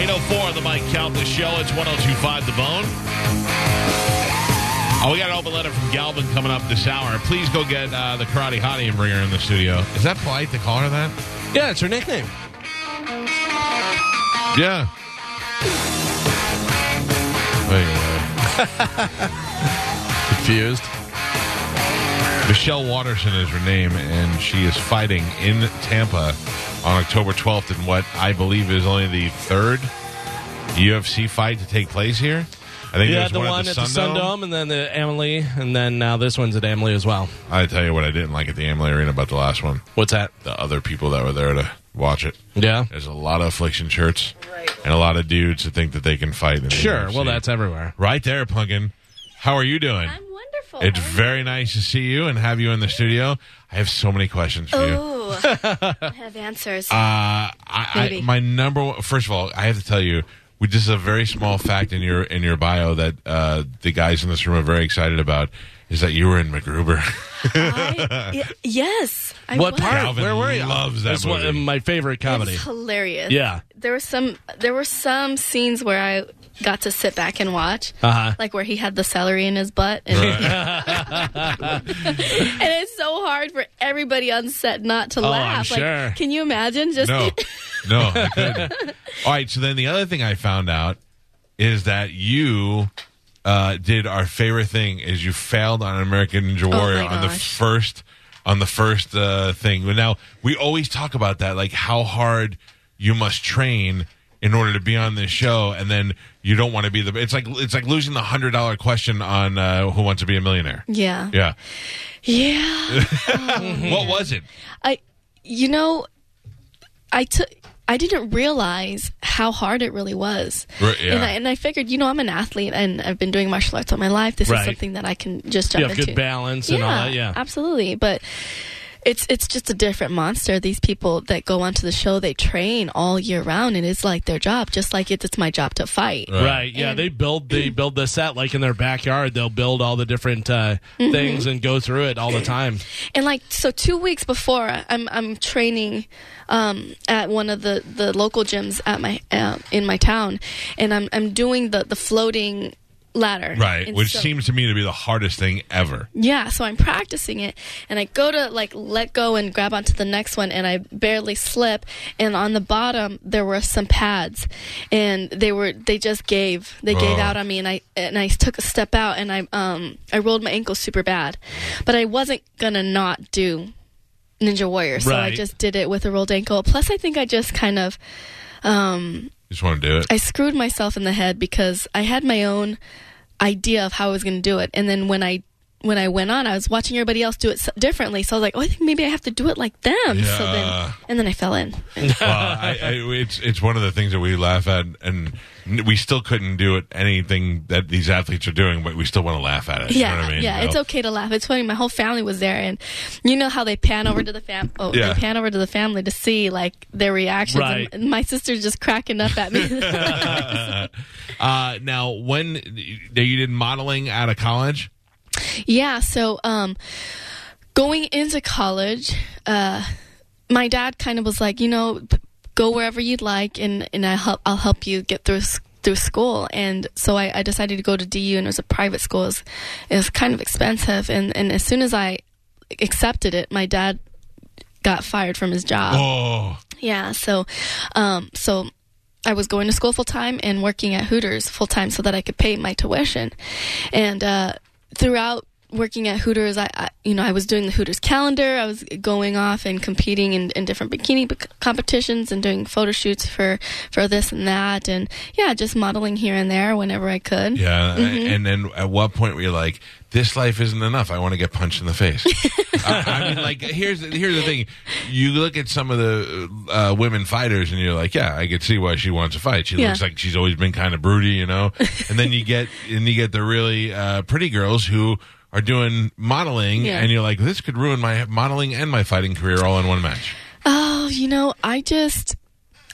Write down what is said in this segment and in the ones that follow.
Eight oh four on the Mike Calvin Show. It's one oh two five the bone. Oh, we got an open letter from Galvin coming up this hour. Please go get uh, the karate hottie and bring her in the studio. Is that polite to call her that? Yeah, it's her nickname. Yeah. Confused. uh, Michelle Watterson is her name, and she is fighting in Tampa on October 12th in what I believe is only the third UFC fight to take place here. I think Yeah, there's the one, one at the, Sun Dome, and then the Emily, and then now this one's at Emily as well. I tell you what, I didn't like at the Amalie Arena about the last one. What's that? The other people that were there to watch it. Yeah. There's a lot of affliction shirts and a lot of dudes that think that they can fight. In the Sure. UFC. Well, that's everywhere. right there, Punkin. How are you doing? I'm wonderful. It's How are very nice to see you and have you in the studio. I have so many questions for you. you? Ooh. I have answers. Uh, I, I, Maybe. my number one, first of all, I have to tell you, we, this is a very small fact in your in your bio that uh, the guys in this room are very excited about is that you were in MacGruber. I- y- yes. I what was. part? Calvin Where were you? loves that That's one of movie. my favorite comedy. It's hilarious. Yeah. There were some. There were some scenes where I got to sit back and watch, Uh-huh. like where he had the celery in his butt, and, and it's so hard for everybody on set not to Oh, I'm laugh. Like, sure. can you imagine? Just No, no, I couldn't. All right. So then the other thing I found out is that you uh, did our favorite thing is you failed on American Ninja Oh my Warrior on the gosh. first on the first uh, thing. But now we always talk about that, like how hard you must train in order to be on this show, and then you don't want to be the. It's like it's like losing the hundred dollar question on uh, Who Wants to Be a Millionaire. yeah, Yeah. yeah. Mm-hmm. What was it? I, you know, I took. I didn't realize how hard it really was, Right, yeah. and, I, and I figured, you know, I'm an athlete and I've been doing martial arts all my life. This Right. is something that I can just jump You have into. good balance and all that. Yeah. absolutely. But it's it's just a different monster. These people that go onto the show, they train all year round, and it's like their job, just like it's, it's my job to fight. Right. Yeah. they build they build the set like in their backyard. They'll build all the different uh, Mm-hmm. things and go through it all the time. And like so, two weeks before, I'm I'm training um, at one of the, the local gyms at my uh, in my town, and I'm I'm doing the the floating ladder. Right, And which so- seems to me to be the hardest thing ever. yeah. So I'm practicing it, and I go to like let go and grab onto the next one, and I barely slip. And on the bottom there were some pads, and they were they just gave they gave Oh. out on me, and I and I took a step out, and I um I rolled my ankle super bad, but I wasn't gonna not do Ninja Warrior, so I Right. just did it with a rolled ankle. Plus, I think I just kind of Just want to do it. I screwed myself in the head because I had my own idea of how I was going to do it, and then when I when I went on, I was watching everybody else do it s- differently. So I was like, "Oh, I think maybe I have to do it like them." So Yeah. then, and then I fell in. well, I, I, it's it's one of the things that we laugh at, and n- we still couldn't do it anything that these athletes are doing, but we still want to laugh at it. you yeah, know what I mean? yeah, So- it's okay to laugh. It's funny. My whole family was there, and you know how they pan over to the fam. Oh, Yeah. they pan over to the family to see like their reactions. Right. And my sister's just cracking up at me. Uh, now, when now you did modeling out of college, Yeah, so um going into college, uh my dad kind of was like, you know, p- go wherever you'd like and and I help I'll help you get through s- through school and so I, I decided to go to DU and it was a private school. It was, it was kind of expensive and and as soon as I accepted it, my dad got fired from his job. oh, Yeah, so um so I was going to school full time and working at Hooters full time so that I could pay my tuition. And uh throughout working at Hooters, I, I you know I was doing the Hooters calendar. I was going off and competing in, in different bikini b- competitions and doing photo shoots for for this and that, and yeah, just modeling here and there whenever I could. Yeah, Mm-hmm. and then at what point were you like, "This life isn't enough. I want to get punched in the face." I, I mean, like here's here's the thing: you look at some of the uh, women fighters, and you're like, "Yeah, I could see why she wants to fight. She Yeah. looks like she's always been kind of broody, you know." and then you get and you get the really uh, pretty girls who are doing modeling, Yeah. and you're like, "This could ruin my modeling and my fighting career all in one match." Oh, you know, I just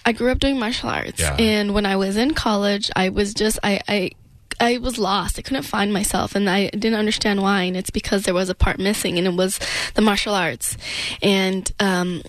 I grew up doing martial arts, Yeah. and when I was in college, I was just I. I I was lost. I couldn't find myself, and I didn't understand why. And it's because there was a part missing, and it was the martial arts. And um,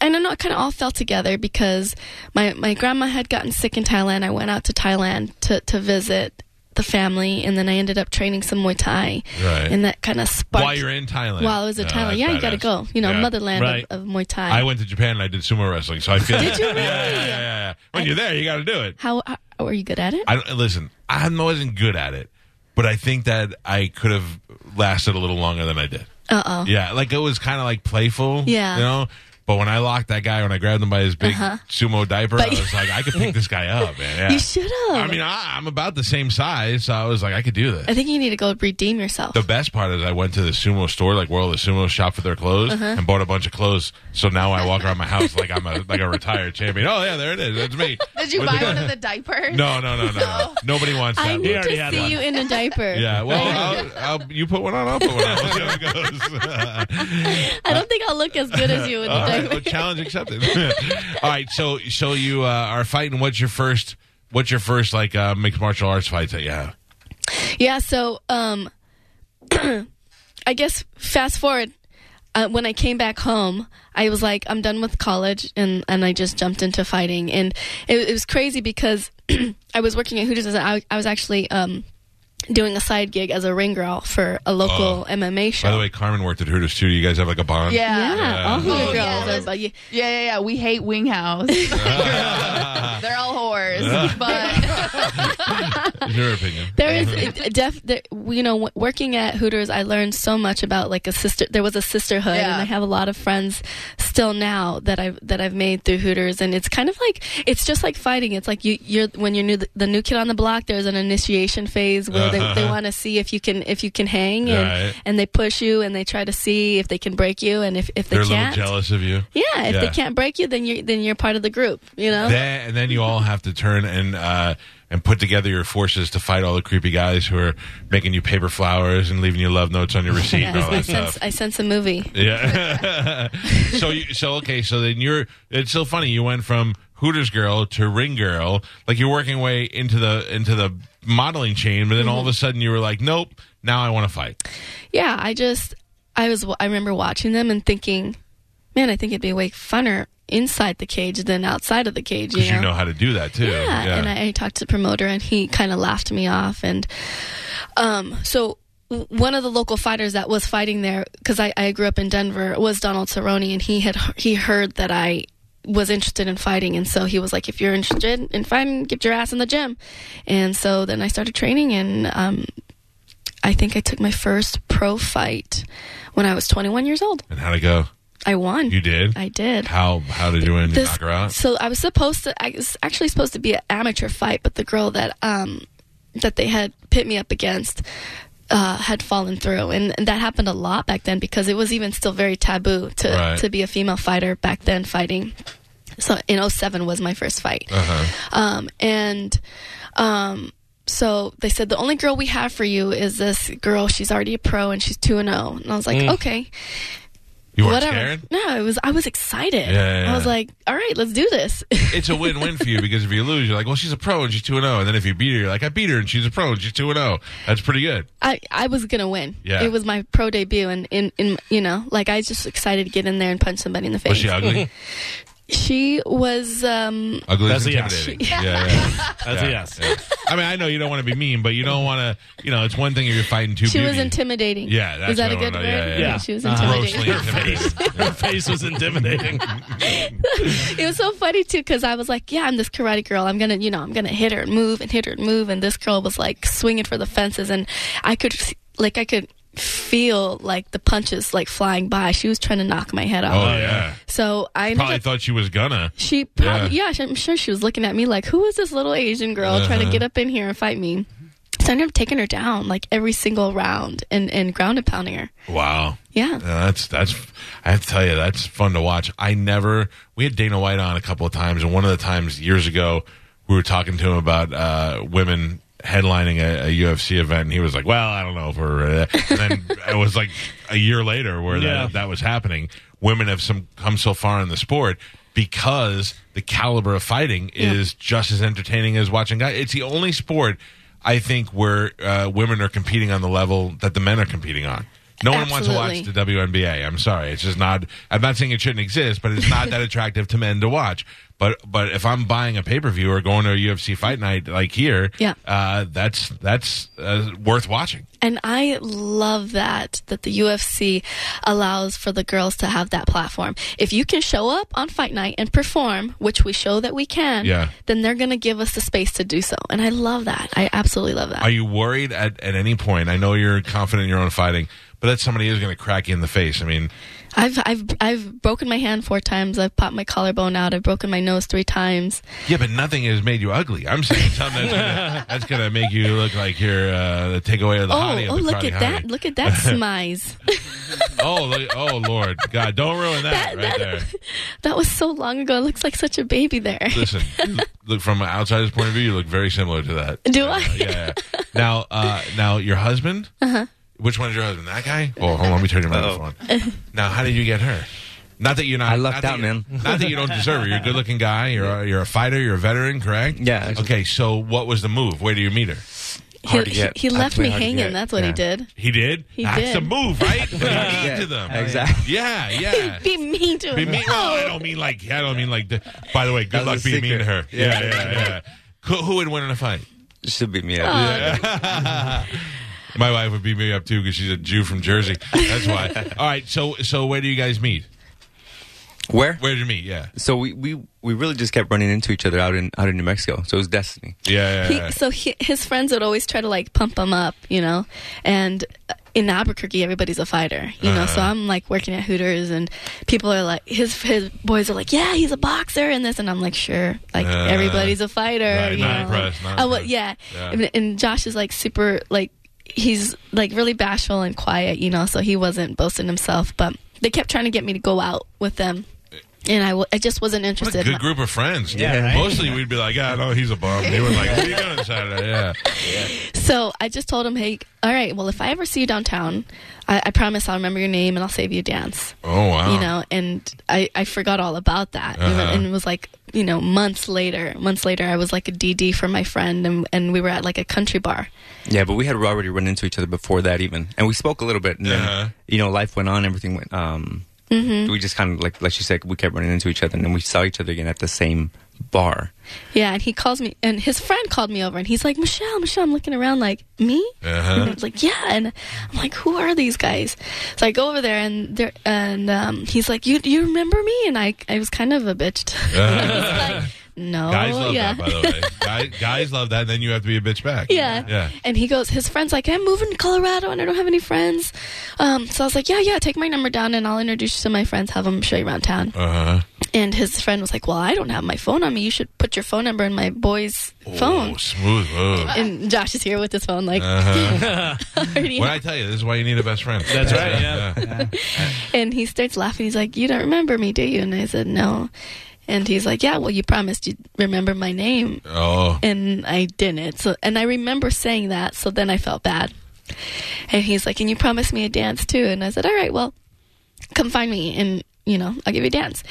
I don't know, it kind of all fell together because my my grandma had gotten sick in Thailand. I went out to Thailand to to visit the family, and then I ended up training some Muay Thai, Right. and that kind of sparked. While you're in Thailand, while I was in No, Thailand, that's yeah, you got to badass. go. You know, Yeah. motherland Right. of, of Muay Thai. I went to Japan and I did sumo wrestling, so I feel. Did you Yeah, really? yeah, yeah, yeah. When you're there, you got to do it. How, how are you good at it? I don't, listen. I wasn't good at it, but I think that I could have lasted a little longer than I did. Uh oh. Yeah, like it was kind of like playful. Yeah. you know. But when I locked that guy, when I grabbed him by his big sumo diaper, I was like, I could pick this guy up, man. Yeah. You should have. I mean, I, I'm about the same size, so I was like, I could do this. I think you need to go redeem yourself. The best part is I went to the sumo store, like World of Sumo, shop for their clothes, and bought a bunch of clothes. So now I walk around my house like I'm a like a retired champion. Oh yeah, there it is. That's me. Did you With buy the- one of the diapers? No, no, no, no, no. Nobody wants that. I one. need already to had see one. you in a diaper. Yeah, well, I'll, I'll, you put one on, I'll put one on. We'll see how it goes. I don't think I'll look as good as you in All a right, well, diaper. challenge accepted. All right, so so you uh, are fighting. What's your first? What's your first like uh, mixed martial arts fight that you have? Yeah. So, um, I guess fast forward. Uh, when I came back home, I was like, I'm done with college, and, and I just jumped into fighting, and it, it was crazy because I was working at Hooters. And I, I was actually um, doing a side gig as a ring girl for a local MMA show. Oh. By the way, Carmen worked at Hooters too. You guys have like a bond. Yeah. yeah, Uh-huh. all Hooter Oh, girls yeah, are, that's- but yeah, Yeah, yeah, yeah. We hate Winghouse. They're all whores. But Is your opinion? There is it- def, there, you know, w- working at Hooters, I learned so much about like a sister. There was a sisterhood, Yeah. and I have a lot of friends still now that I've that I've made through Hooters, and it's kind of like it's just like fighting. It's like you, you're when you're new, the new kid on the block. There's an initiation phase where they, they want to see if you can if you can hang, and, Uh-huh. Right. and they push you, and they try to see if they can break you, and if if they They're a little can't, jealous of you. yeah, if Yeah. they can't break you, then you are then you're part of the group. You know, Then, and then you all have to turn and uh, and put together your forces to fight all the creepy guys who are making you paper flowers and leaving you love notes on your receipt Yeah, and all I, I that stuff. sense I sense a movie. Yeah. so you, so okay. So then you're. It's so funny. You went from Hooters girl to ring girl. Like you're working way into the into the modeling chain, but then all of a Mm-hmm. sudden you were like, nope. Now I want to fight. yeah, I just I was I remember watching them and thinking, man, I think it'd be way funner inside the cage than outside of the cage. You Because know? you know how to do that too. yeah. And I, I talked to the promoter, and he kind of laughed me off. And um, so w- one of the local fighters that was fighting there, because I, I grew up in Denver, was Donald Cerrone, and he had he heard that I was interested in fighting, and so he was like, "If you're interested in fighting, get your ass in the gym." And so then I started training, and um, I think I took my first pro fight when I was 21 years old. And how to go? I won. You did. I did. how how did you win? You This- knock her out. So I was supposed to. I was actually supposed to be an amateur fight, but the girl that um that they had pit me up against uh, had fallen through, and that happened a lot back then because it was even still very taboo to Right. to be a female fighter back then fighting. So in 07 was my first fight. Uh-huh. Um, and um, so they said the only girl we have for you is this girl. She's already a pro and she's two and zero. And I was Mm. like, okay, You weren't whatever. scared. No, it was. I was excited. Yeah, yeah, I was yeah. like, all right, let's do this. It's a win win for you because if you lose, you're like, well, she's a pro and she's two and zero. And then if you beat her, you're like, I beat her and she's a pro and she's two and zero. That's pretty good. I, I was gonna win. Yeah. It was my pro debut, and in, in you know, like I was just excited to get in there and punch somebody in the face. Was she ugly? She was. Um, Ugly is That's a yes. intimidating. Yeah, yeah. That's Yeah, a yes. yeah. I mean, I know you don't want to be mean, but you don't want to. You know, it's one thing if you're fighting two. she was beauties. intimidating. Yeah, that's Is what that I a good word? wanna know. Yeah, yeah, yeah. She was Uh-huh. intimidating. Grossly intimidating. Her face was intimidating. it was so funny too because I was like, "Yeah, I'm this karate girl. I'm gonna, you know, I'm gonna hit her and move and hit her and move." And this girl was like swinging for the fences, and I could, s- like, I could feel like the punches like flying by. She was trying to knock my head off. Oh yeah. So I ended Probably up, thought she was gonna. she probably yeah. I'm sure she was looking at me like, who is this little Asian girl trying to get up in here and fight me? So I ended up taking her down like every single round and and ground and pounding her. Wow. Yeah. Yeah, that's that's. I have to tell you, that's fun to watch. I never. We had Dana White on a couple of times, and one of the times years ago, we were talking to him about uh, women headlining a, a UFC event, and he was like, "Well, I don't know if we're." uh," And then it was like a year later where Yeah. that, that was happening. Women have some come so far in the sport because the caliber of fighting is just as entertaining as watching guys. It's the only sport I think where uh, women are competing on the level that the men are competing on. No one wants to watch Absolutely. the WNBA. I'm sorry, it's just not. I'm not saying it shouldn't exist, but it's not that attractive to men to watch. But but if I'm buying a pay per view or going to a UFC fight night like here, Yeah. uh, that's that's uh, worth watching. And I love that that the UFC allows for the girls to have that platform. If you can show up on fight night and perform, which we show that we can, Yeah. then they're going to give us the space to do so. And I love that. I absolutely love that. Are you worried at at any point? I know you're confident in your own fighting, but that somebody is going to crack you in the face. I mean, I've I've I've broken my hand four times. I've popped my collarbone out. I've broken my nose three times. yeah, but nothing has made you ugly. I'm saying something that's gonna, that's gonna make you look like you're uh, the takeaway of the Oh, hottie. oh, of the look Cardi at that! Hottie. Look at that smize. Oh, look, oh, Lord, God, don't ruin that, That- right that- there. that was so long ago. It looks like such a baby there. Listen, you look from an outsider's point of view, you look very similar to that. Do Uh, I? Yeah. yeah. Now, uh, now your husband. Uh-huh. Which one is your husband? That guy? Well, hold on, let me turn your microphone. on. now, how did you get her? Not that you're not. I lucked not that out, you- man. Not that you don't deserve it. You're a good-looking guy. You're a, you're a fighter. You're a veteran, correct? Yeah, actually. Okay. So, what was the move? Where do you meet her? He, Hard to get. he, he left Actually me hard to hanging. get. That's what he Yeah. did. He did. He That's did. the move, right? Be mean to them. Exactly. Yeah, yeah. Be mean to him. Be mean. Well, I don't mean like. I don't mean like. The, by the way, good That luck was a being mean to her. secret. Yeah, yeah, yeah. Who- Who would win in a fight? Should be me. Oh, My wife would beat me up too because she's a Jew from Jersey. That's why. All right. So so where do you guys meet? Where? Where did you meet? Yeah. So we, we we really just kept running into each other out in out in New Mexico. So it was destiny. Yeah. yeah, yeah. He, so he, his friends would always try to like pump him up, you know. And uh, in Albuquerque, everybody's a fighter, you know. Uh-huh. So I'm like working at Hooters, and people are like, his his boys are like, yeah, he's a boxer and this, and I'm like, sure, like Uh, everybody's a fighter, right, you not know. impressed, not Oh, well, impressed. yeah. Yeah. And, and Josh is like super like he's like really bashful and quiet, you know. So he wasn't boasting himself, but they kept trying to get me to go out with them. And I, w- I just wasn't Eh. What interested. a good group of friends. Yeah, right? Mostly we'd be like, ah, no, he's a bum. They were like, what are you doing Saturday? Yeah. So I just told him, hey, all right, well, if I ever see you downtown, I, I promise I'll remember your name and I'll save you a dance. Oh, wow. You know, and I, I forgot all about that. And Uh-huh. it- And it was like, you know, months later, months later, I was like a DD for my friend and, and we were at like a country bar. Yeah, but we had already run into each other before that even, and we spoke a little bit. And Uh-huh. then you know, life went on. Everything went. Um, We just kind of like like she said, we kept running into each other, and then we saw each other again at the same bar. Yeah, and he calls me, and his friend called me over and he's like, Michelle, Michelle, I'm looking around like, me? Uh-huh. And I was like, yeah. And I'm like, who are these guys? So I go over there and there, and um, he's like, you, you remember me? And I, I was kind of a bitch. I was like, no. Uh-huh. Guys love yeah. that, by the way. Guys, guys love that, and then you have to be a bitch back. Yeah. Yeah. And he goes, his friend's like, I'm moving to Colorado and I don't have any friends. Um, so I was like, yeah, yeah, take my number down and I'll introduce you to my friends, have them show you around town. Uh huh. And his friend was like, well, I don't have my phone on me. You should put your phone number in my boy's phone. Oh, smooth move. And Josh is here with his phone, like, already. What Uh-huh. I tell you, this is why you need a best friend. That's right, yeah. And he starts laughing. He's like, You don't remember me, do you? And I said, No. And he's like, Yeah, well, you promised you'd remember my name. Oh. And I didn't. So, and I remember saying that. So then I felt bad. And he's like, And you promised me a dance too. And I said, All right, well, come find me and, you know, I'll give you a dance.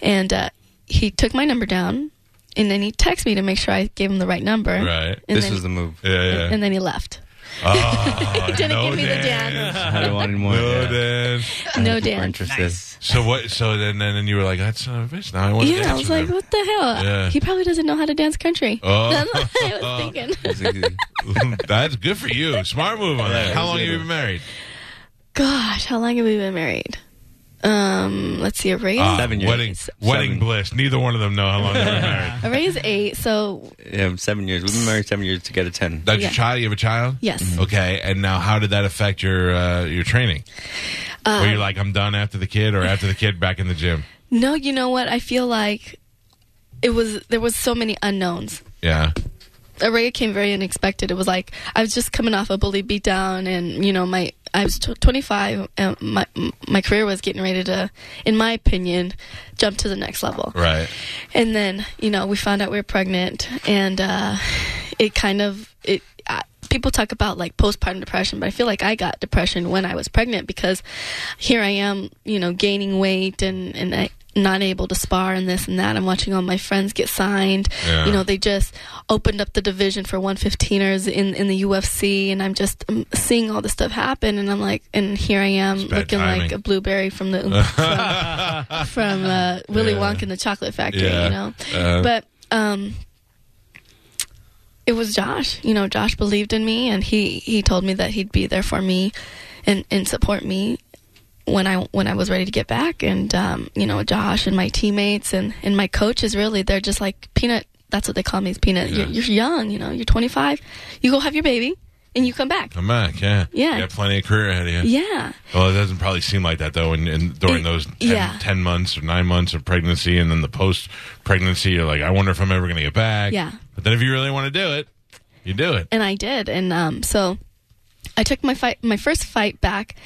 And uh, he took my number down. And then he texted me to make sure I gave him the right number. Right. And this then, was the move. Yeah, yeah. And then he left. oh, Didn't no give me the dance. I wanted more. No yeah. dance. No People were dance. interested. So what? So then, then, then you were like, "That's not a bitch." Now I want to Yeah, dance I was with like, him. what the hell? Yeah. He probably doesn't know how to dance country. Oh. That's what I was thinking. It was easy. That's good for you. Smart move on that. How long have you been married? Gosh, how long have we been married? Um, let's see, a raise. Ah, Seven years. Wedding, Seven. wedding bliss. Neither one of them know how long they were married. a raise eight. So Yeah, seven years. We've been married seven years together. Ten. That's Yeah. your child. You have a child. yes, Okay, and now how did that affect your uh, your training? Uh, Were Um, you like, I'm done after the kid, or after the kid back in the gym? no. You know what? I feel like it was there was so many unknowns. Yeah, Araya came very unexpected. It was like I was just coming off a bully beatdown, and you know, my I was tw 25, and my my career was getting ready to, in my opinion, jump to the next level. right. And then you know, we found out we were pregnant, and uh, it kind of it. I, people talk about like postpartum depression, but I feel like I got depression when I was pregnant because here I am, you know, gaining weight and and I. Not able to spar and this and that. I'm watching all my friends get signed. Yeah. You know, they just opened up the division for 115ers in, in the UFC, and I'm just um, seeing all this stuff happen. And I'm like, and here I am bad looking like timing. a blueberry from the from, from uh, Willy Wonka and the Chocolate Factory, Uh-huh. Yeah. you know. Uh, but um, it was Josh. You know, Josh believed in me, and he he told me that he'd be there for me, and and support me when I when I was ready to get back. And um, you know, Josh and my teammates and and my coaches really they're just like peanut. That's what they call me is peanut. Yeah. You're, you're young, you know. You're 25. You go have your baby, and you come back. I'm back. Yeah, Yeah. You got plenty of career ahead of you. Yeah. Well, it doesn't probably seem like that though. And, and during It- those 10, yeah. 10 months or nine months of pregnancy, and then the post pregnancy, you're like, I wonder if I'm ever going to get back. Yeah. But then if you really want to do it, you do it. and I did, and um, so I took my fight, my first fight back,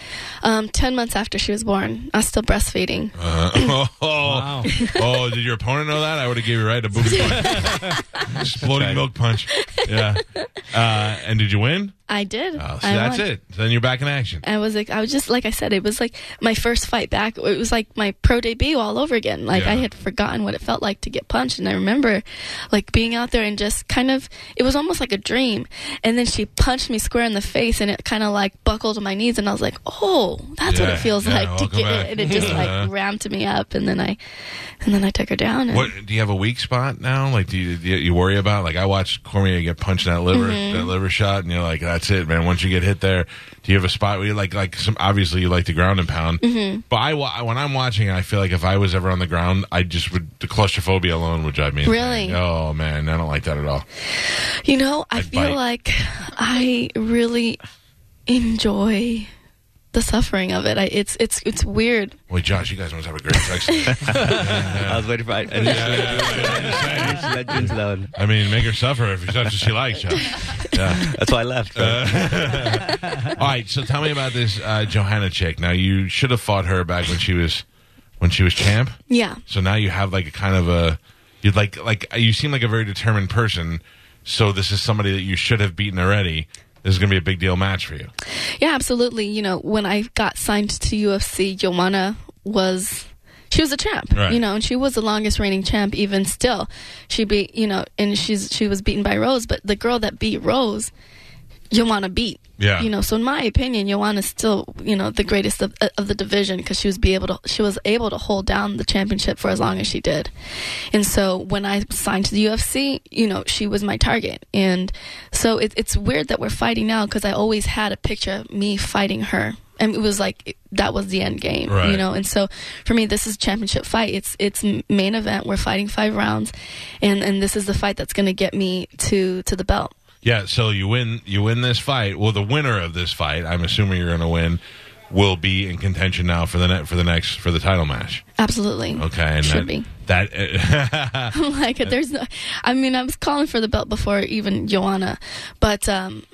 um, ten months after she was born. I was still breastfeeding. Uh, oh, oh, did your opponent know that? I would have gave you right a booby punch, exploding milk punch. Yeah. Uh, and did you win? I did. Oh, so I that's won. it. Then you're back in action. I was like, I was just like I said, it was like my first fight back. It was like my pro debut all over again. Like I Yeah. had forgotten what it felt like to get punched, and I remember like being out there and just kind of it was almost like a dream. And then she punched me square in the face, and it kind of like buckled to my knees, and I was like, oh, that's what Yeah, it feels yeah, like to welcome get back. Uh-huh. it, and it just Yeah. like ramped me up, and then I, and then I took her down. And, What do you have a weak spot now? Like, do you, do you- you worry about? Like, I watched Cormier get punched in that liver, Mm-hmm. that liver shot, and you're like, that's it, man. Once you get hit there, do you have a spot where you like, like some? Obviously, you like the ground and pound, Mm-hmm. but I wa- when I'm watching, it, I feel like if I was ever on the ground, I just would the claustrophobia alone would drive me. insane. Really? Oh man, I don't like that at all. You know, I I'd feel bite. like I really enjoy the suffering of it. I, it's it's it's weird. Wait, Josh, you guys must have a great sex. life. I was waiting for. I, initially, I let you into that one. I mean, make her suffer if that's what she likes, Josh. That's why I left. Uh, All right, so tell me about this uh, Johanna chick. Now, you should have fought her back when she was when she was champ. Yeah. So now you have like a kind of a you like like you seem like a very determined person. So this is somebody that you should have beaten already. This is going to be a big deal match for you. Yeah, absolutely. You know, when I got signed to UFC, Joanna was she was a champ, Right. you know, and she was the longest reigning champ even still. She beat, you know, and she's she was beaten by Rose, but the girl that beat Rose, Joanna beat. Yeah. You know, so in my opinion, Joanna's still, you know, the greatest of, uh, of the division because she was be able to she was able to hold down the championship for as long as she did. And so when I signed to the UFC, you know, she was my target. And so it, it's weird that we're fighting now because I always had a picture of me fighting her. And it was like it- that was the end game, Right. you know. And so for me, this is championship fight. It's it's m- main event. We're fighting five rounds, and and this is the fight that's going to get me to to the belt. Yeah. So you win you win this fight. Well, the winner of this fight, I'm assuming you're going to win, will be in contention now for the net for the next for the title match. Absolutely. Okay. And Should that, be. That like there's no i mean i was calling for the belt before even joanna but um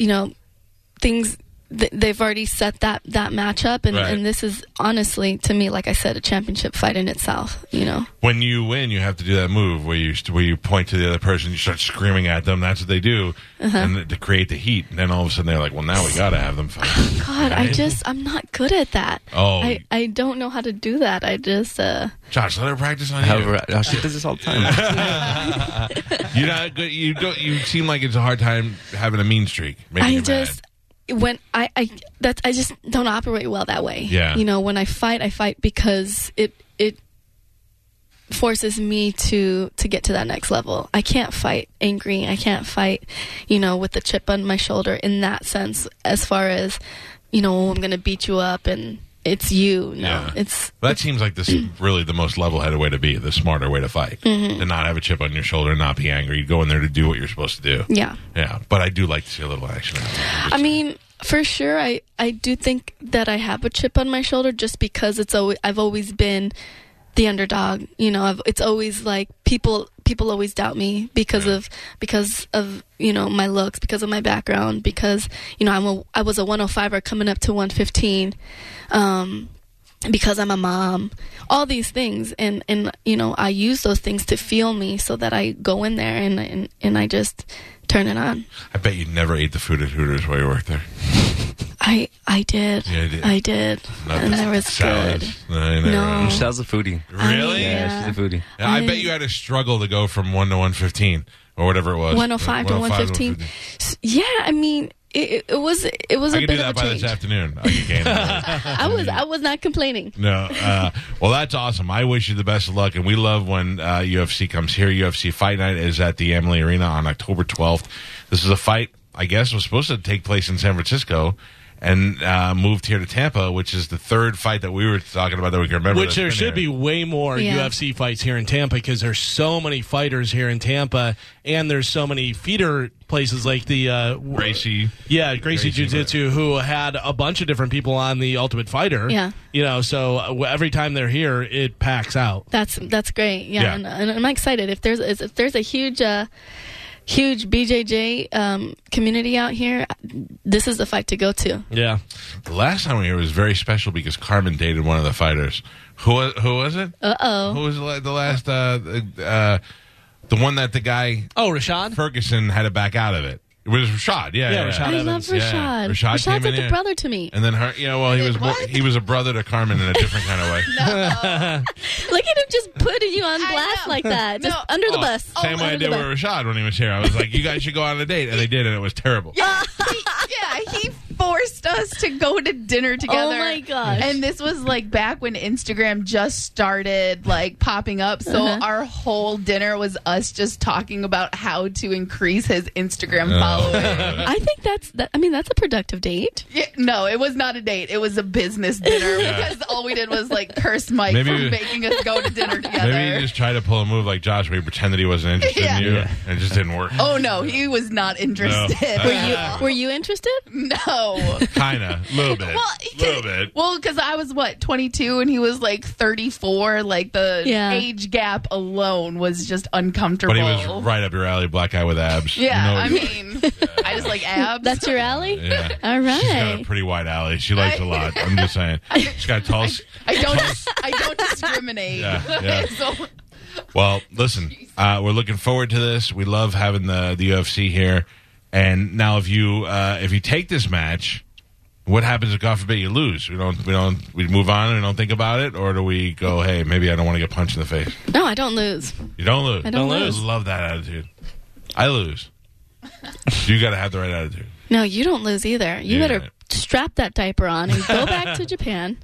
you know things th- they've already set that that matchup and, Right. and this is honestly to me like i said a championship fight in itself you know when you win, you have to do that move where you where you point to the other person, you start screaming at them. That's what they do, Uh-huh. and to create the heat. And then all of a sudden they're like, "Well, now we got to have them fight." god i just i'm not good at that Oh. i i don't know how to do that i just uh Josh, let her practice on However, I- oh, she does this all the time. you. You're not good. You don't. You seem like it's a hard time having a mean streak. Making I you mad. just when I I that's I just don't operate well that way. Yeah. You know, when I fight, I fight because it it forces me to to get to that next level. I can't fight angry. I can't fight, you know, with the chip on my shoulder in that sense as far as, you know, I'm going to oh, beat you up and it's you now. Yeah. It's Well, that seems like this really the most level-headed way to be, the smarter way to fight, Mm-hmm. and not have a chip on your shoulder, and not be angry. You go in there to do what you're supposed to do. yeah. Yeah, but I do like to see a little action. out of it. I mean, for sure, I I do think that I have a chip on my shoulder just because it's always I've always been the underdog. You know, I've, it's always like people people always doubt me because of because of you know my looks, because of my background, because you know I'm a I was a 105er coming up to 115. Um, because I'm a mom, all these things, and and you know I use those things to fuel me so that I go in there and and, and I just turn it on. I bet you never ate the food at Hooters while you worked there. I I did. Yeah, you did. I did. Not and the there was salads. good. Um, No, I never- No. Michelle's a foodie. Really? I- Yeah, she's a foodie. Yeah, I bet you had a struggle to go from one to one fifteen or whatever it was. 105 to 115. S- Yeah, I mean it, it- it was it was I a can bit do that of a by change. this afternoon. I can gain that. I was I was not complaining. No. Uh, well, that's awesome. I wish you the best of luck. And we love when uh, UFC comes here. UFC Fight Night is at the Emily Arena on October 12th. This is a fight, I guess, was supposed to take place in San Francisco and uh, moved here to Tampa, which is the third fight that we were talking about that we can remember. that's Which there been should be here. way more Yeah. UFC fights here in Tampa because there's so many fighters here in Tampa, and there's so many feeder places like the uh, w- Gracie. Yeah, Gracie, Gracie, Jiu Jitsu, who had a bunch of different people on the Ultimate Fighter. Yeah. you know, so uh, w- every time they're here, it packs out. That's that's great. Yeah, Yeah. And, and I'm excited. If there's if there's a huge uh, huge BJJ um, community out here, this is the fight to go to. Yeah, The last time we were here was very special because Carmen dated one of the fighters. Who wa- who was it? Uh who oh. was the la- the last uh, uh, the one that the guy Oh, Rashad. Ferguson had to back out of it. It was Rashad, yeah, Yeah, Rashad. I love Evans, Rashad. yeah. Rashad Rashad's came in like a here. brother to me. And then her, you know, well, he was more, he was a brother to Carmen in a different kind of way. Look at him just putting you on I blast know. like that. Just No. under the Oh, bus. Same way I Under did the with bus. Rashad when he was here. I was like, "You guys should go on a date," and they did, and it was terrible. yeah, he forced us to go to dinner together. Oh my gosh. And this was like back when Instagram just started like popping up. So Uh-huh. our whole dinner was us just talking about how to increase his Oh. Uh, Instagram following. I think that's that. I mean, that's a productive date. Yeah, no, it was not a date. It was a business dinner because all we did was like curse Mike Maybe for we- making us go to dinner together. Maybe you just try to pull a move like Josh, where he pretended he wasn't interested Yeah. in you, and it just didn't work. oh no, he was not interested. Were You, were you interested? no. Kinda, little bit, Well, little bit. Well, because I was what 22 and he was like 34. Like the Yeah. age gap alone was just uncomfortable. But he was right up your alley, black guy with abs. Yeah, You know- I mean, I just like abs. That's your alley. yeah. All She's got a right. pretty wide alley. She likes a lot. I'm just saying. She's got tall. s- I don't. I don't discriminate. Yeah, yeah. So Well, listen, uh, we're looking forward to this. We love having the the UFC here. And now, if you uh, if you take this match, what happens if God forbid you lose? We don't we don't we move on and we don't think about it, or do we go? Hey, maybe I don't want to get punched in the face. No, I don't lose. You don't lose. I don't Don't I lose. lose. love that attitude. I lose. you got to have the right attitude. No, you don't lose either. You Yeah. better strap that diaper on and go back to Japan.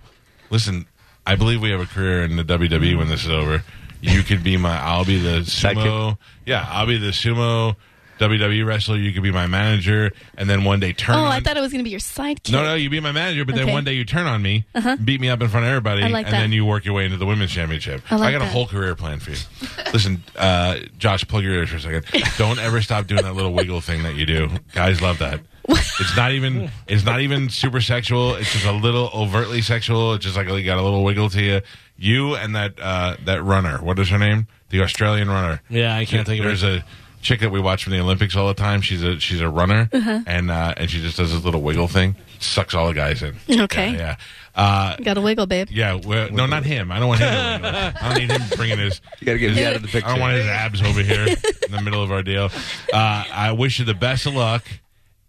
Listen, I believe we have a career in the WWE when this is over. You could be my, I'll be the sumo. Yeah, I'll be the sumo WWE wrestler. You could be my manager, and then one day turn. Oh, on, I thought it was going to be your sidekick. No, no, you be my manager, but then Okay. Uh-huh. one day you turn on me, beat me up in front of everybody, I like and that. then you work your way into the women's championship. I like got a that. whole career plan for you. Listen, uh, Josh, plug your ears for a second. Don't ever stop doing that little wiggle thing that you do. Guys love that. It's not even it's not even super sexual. It's just a little overtly sexual. It's just like oh, you got a little wiggle to you. You and that uh, that runner. What is her name? The Australian runner. Yeah, I can't think of There's it. a chick that we watch from the Olympics all the time. She's a she's a runner, Uh-huh. and uh, and she just does this little wiggle thing. Sucks all the guys in. Okay. Yeah. yeah. Uh, Got to wiggle, babe. yeah, well, no, not him. I don't want him. To wiggle. I don't need him bringing his. You gotta get me out of the picture. I don't want his abs over here in the middle of our deal. Uh, I wish you the best of luck.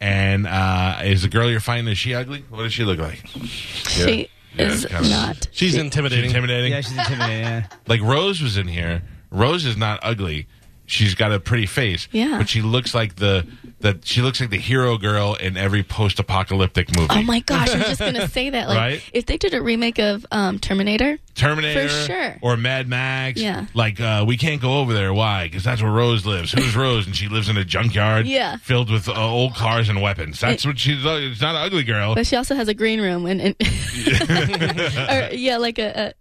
And uh, is the girl you're fighting is she ugly? What does she look like? She Yeah, is kinda. not. She's intimidating. Intimidating. Yeah, she's intimidating. Yeah. like Rose was in here. Rose is not ugly. she's got a pretty face. Yeah. But she looks like the that she looks like the hero girl in every post apocalyptic movie. Oh my gosh, I'm just gonna say that. Like, Right? if they did a remake of um, Terminator, Terminator, For sure. or Mad Max. Yeah. Like uh, we can't go over there. Why? Because that's where Rose lives. Who's Rose? And she lives in a junkyard. Yeah. Filled with uh, old cars and weapons. That's what she's. It's not an ugly girl. but she also has a green room and, and or, yeah, like a, a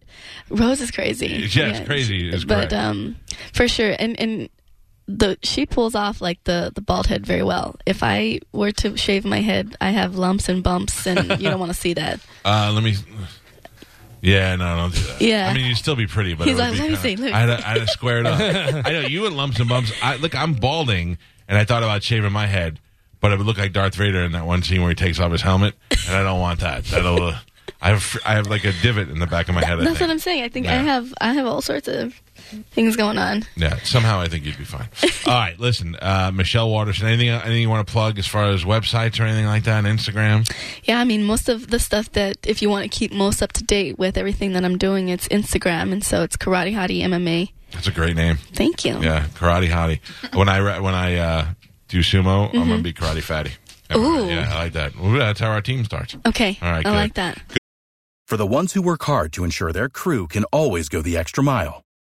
Rose is crazy. Yeah, it's crazy, it's but correct. um, for sure, and and the she pulls off like the the bald head very well. If I were to shave my head, I have lumps and bumps, and you don't want to see that. Uh, let me. Yeah, no, don't do that. Yeah. I mean, you'd still be pretty, but He's it would like, be "Let me kinda- see, look." I'd, have- I'd have squared up. I know you and lumps and bumps. I, look, I'm balding, and I thought about shaving my head, but it would look like Darth Vader in that one scene where he takes off his helmet, and I don't want that. That'll. uh, I have I have like a divot in the back of my head. I That's think. what I'm saying. I think I Yeah. have I have all sorts of things going on. Yeah, somehow I think you'd be fine. All right, listen, uh, Michelle Waterson. Anything anything you want to plug as far as websites or anything like that? Instagram. Yeah, I mean, most of the stuff that, if you want to keep most up to date with everything that I'm doing, it's Instagram. And so it's Karate Hottie MMA. That's a great name. Thank you. Yeah, karate hottie. When I re- when I uh, do sumo, I'm gonna be karate fatty. Mm-hmm. Ooh. Yeah, I like that. Well, that's how our team starts. Okay. All right, I good. like that. For the ones who work hard to ensure their crew can always go the extra mile,